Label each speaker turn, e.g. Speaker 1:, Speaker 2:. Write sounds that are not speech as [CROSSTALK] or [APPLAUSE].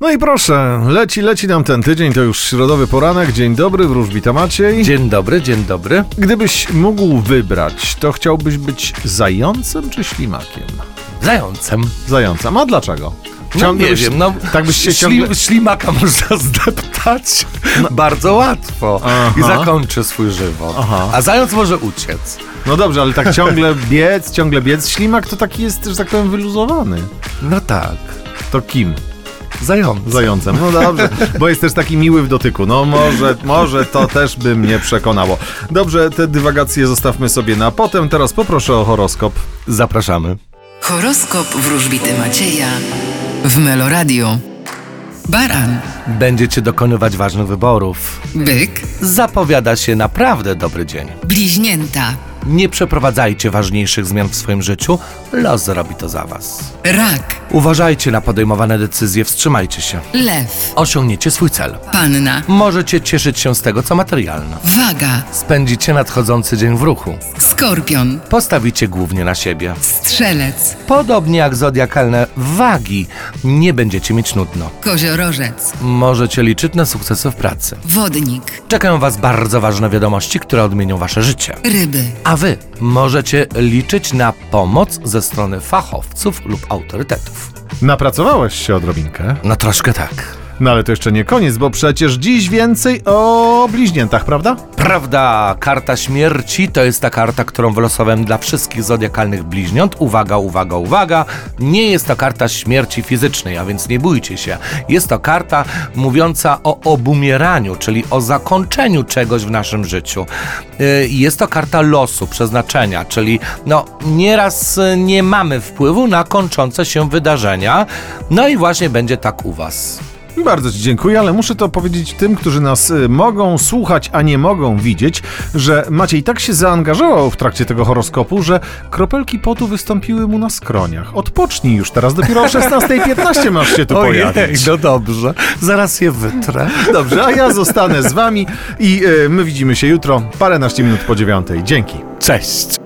Speaker 1: No i proszę, leci, leci nam ten tydzień, to już środowy poranek. Dzień dobry, wróżbita Maciej.
Speaker 2: Dzień dobry, dzień dobry.
Speaker 1: Gdybyś mógł wybrać, to chciałbyś być zającem czy ślimakiem?
Speaker 2: Zającem.
Speaker 1: Zającem, a dlaczego?
Speaker 2: No,
Speaker 1: Ciągle
Speaker 2: nie
Speaker 1: byś-
Speaker 2: wiem, no,
Speaker 1: tak byś się
Speaker 2: śli-
Speaker 1: ciągle- No.
Speaker 2: Ślimaka można [LAUGHS] zdeptać bardzo łatwo
Speaker 1: Aha.
Speaker 2: i zakończy swój żywot.
Speaker 1: Aha.
Speaker 2: A zając może uciec.
Speaker 1: No dobrze, ale tak ciągle biec, ciągle biec. Ślimak to taki jest, że tak powiem, wyluzowany.
Speaker 2: No tak,
Speaker 1: To kim?
Speaker 2: zając.
Speaker 1: Zającem. No dobrze, bo jest też taki miły w dotyku. No może, może to też by mnie przekonało. Dobrze, te dywagacje zostawmy sobie na potem. Teraz poproszę o horoskop.
Speaker 2: Zapraszamy.
Speaker 3: Horoskop wróżbity Macieja w Meloradio. Baran,
Speaker 2: Będziecie dokonywać ważnych wyborów.
Speaker 3: byk,
Speaker 2: Zapowiada się naprawdę dobry dzień.
Speaker 3: bliźnięta,
Speaker 2: Nie przeprowadzajcie ważniejszych zmian w swoim życiu, los zrobi to za was.
Speaker 3: rak,
Speaker 2: Uważajcie na podejmowane decyzje, wstrzymajcie się.
Speaker 3: lew,
Speaker 2: Osiągniecie swój cel.
Speaker 3: panna,
Speaker 2: Możecie cieszyć się z tego, co materialne.
Speaker 3: waga,
Speaker 2: Spędzicie nadchodzący dzień w ruchu.
Speaker 3: skorpion,
Speaker 2: Postawicie głównie na siebie.
Speaker 3: strzelec,
Speaker 2: Podobnie jak zodiakalne wagi, nie będziecie mieć nudno.
Speaker 3: koziorożec,
Speaker 2: Możecie liczyć na sukcesy w pracy.
Speaker 3: wodnik,
Speaker 2: Czekają Was bardzo ważne wiadomości, które odmienią Wasze życie.
Speaker 3: ryby,
Speaker 2: A Wy możecie liczyć na pomoc ze strony fachowców lub autorytetów.
Speaker 1: Napracowałeś się odrobinkę.
Speaker 2: No troszkę tak.
Speaker 1: No ale to jeszcze nie koniec, bo przecież dziś więcej o bliźniętach, prawda?
Speaker 2: Prawda, karta śmierci to jest ta karta, którą wylosowałem dla wszystkich zodiakalnych bliźniąt. Uwaga, uwaga, uwaga. Nie jest to karta śmierci fizycznej, a więc nie bójcie się. Jest to karta mówiąca o obumieraniu, czyli o zakończeniu czegoś w naszym życiu. Y, Jest to karta losu, przeznaczenia, czyli no nieraz y, nie mamy wpływu na kończące się wydarzenia. No i właśnie będzie tak u was.
Speaker 1: Bardzo Ci dziękuję, ale muszę to powiedzieć tym, którzy nas y, mogą słuchać, a nie mogą widzieć, że Maciej tak się zaangażował w trakcie tego horoskopu, że kropelki potu wystąpiły mu na skroniach. Odpocznij już teraz, dopiero o 16.15 masz się tu pojawić.
Speaker 2: no dobrze. Zaraz je wytrę.
Speaker 1: Dobrze, a ja zostanę z Wami i y, my widzimy się jutro, paręnaście minut po dziewiątej. Dzięki.
Speaker 2: Cześć.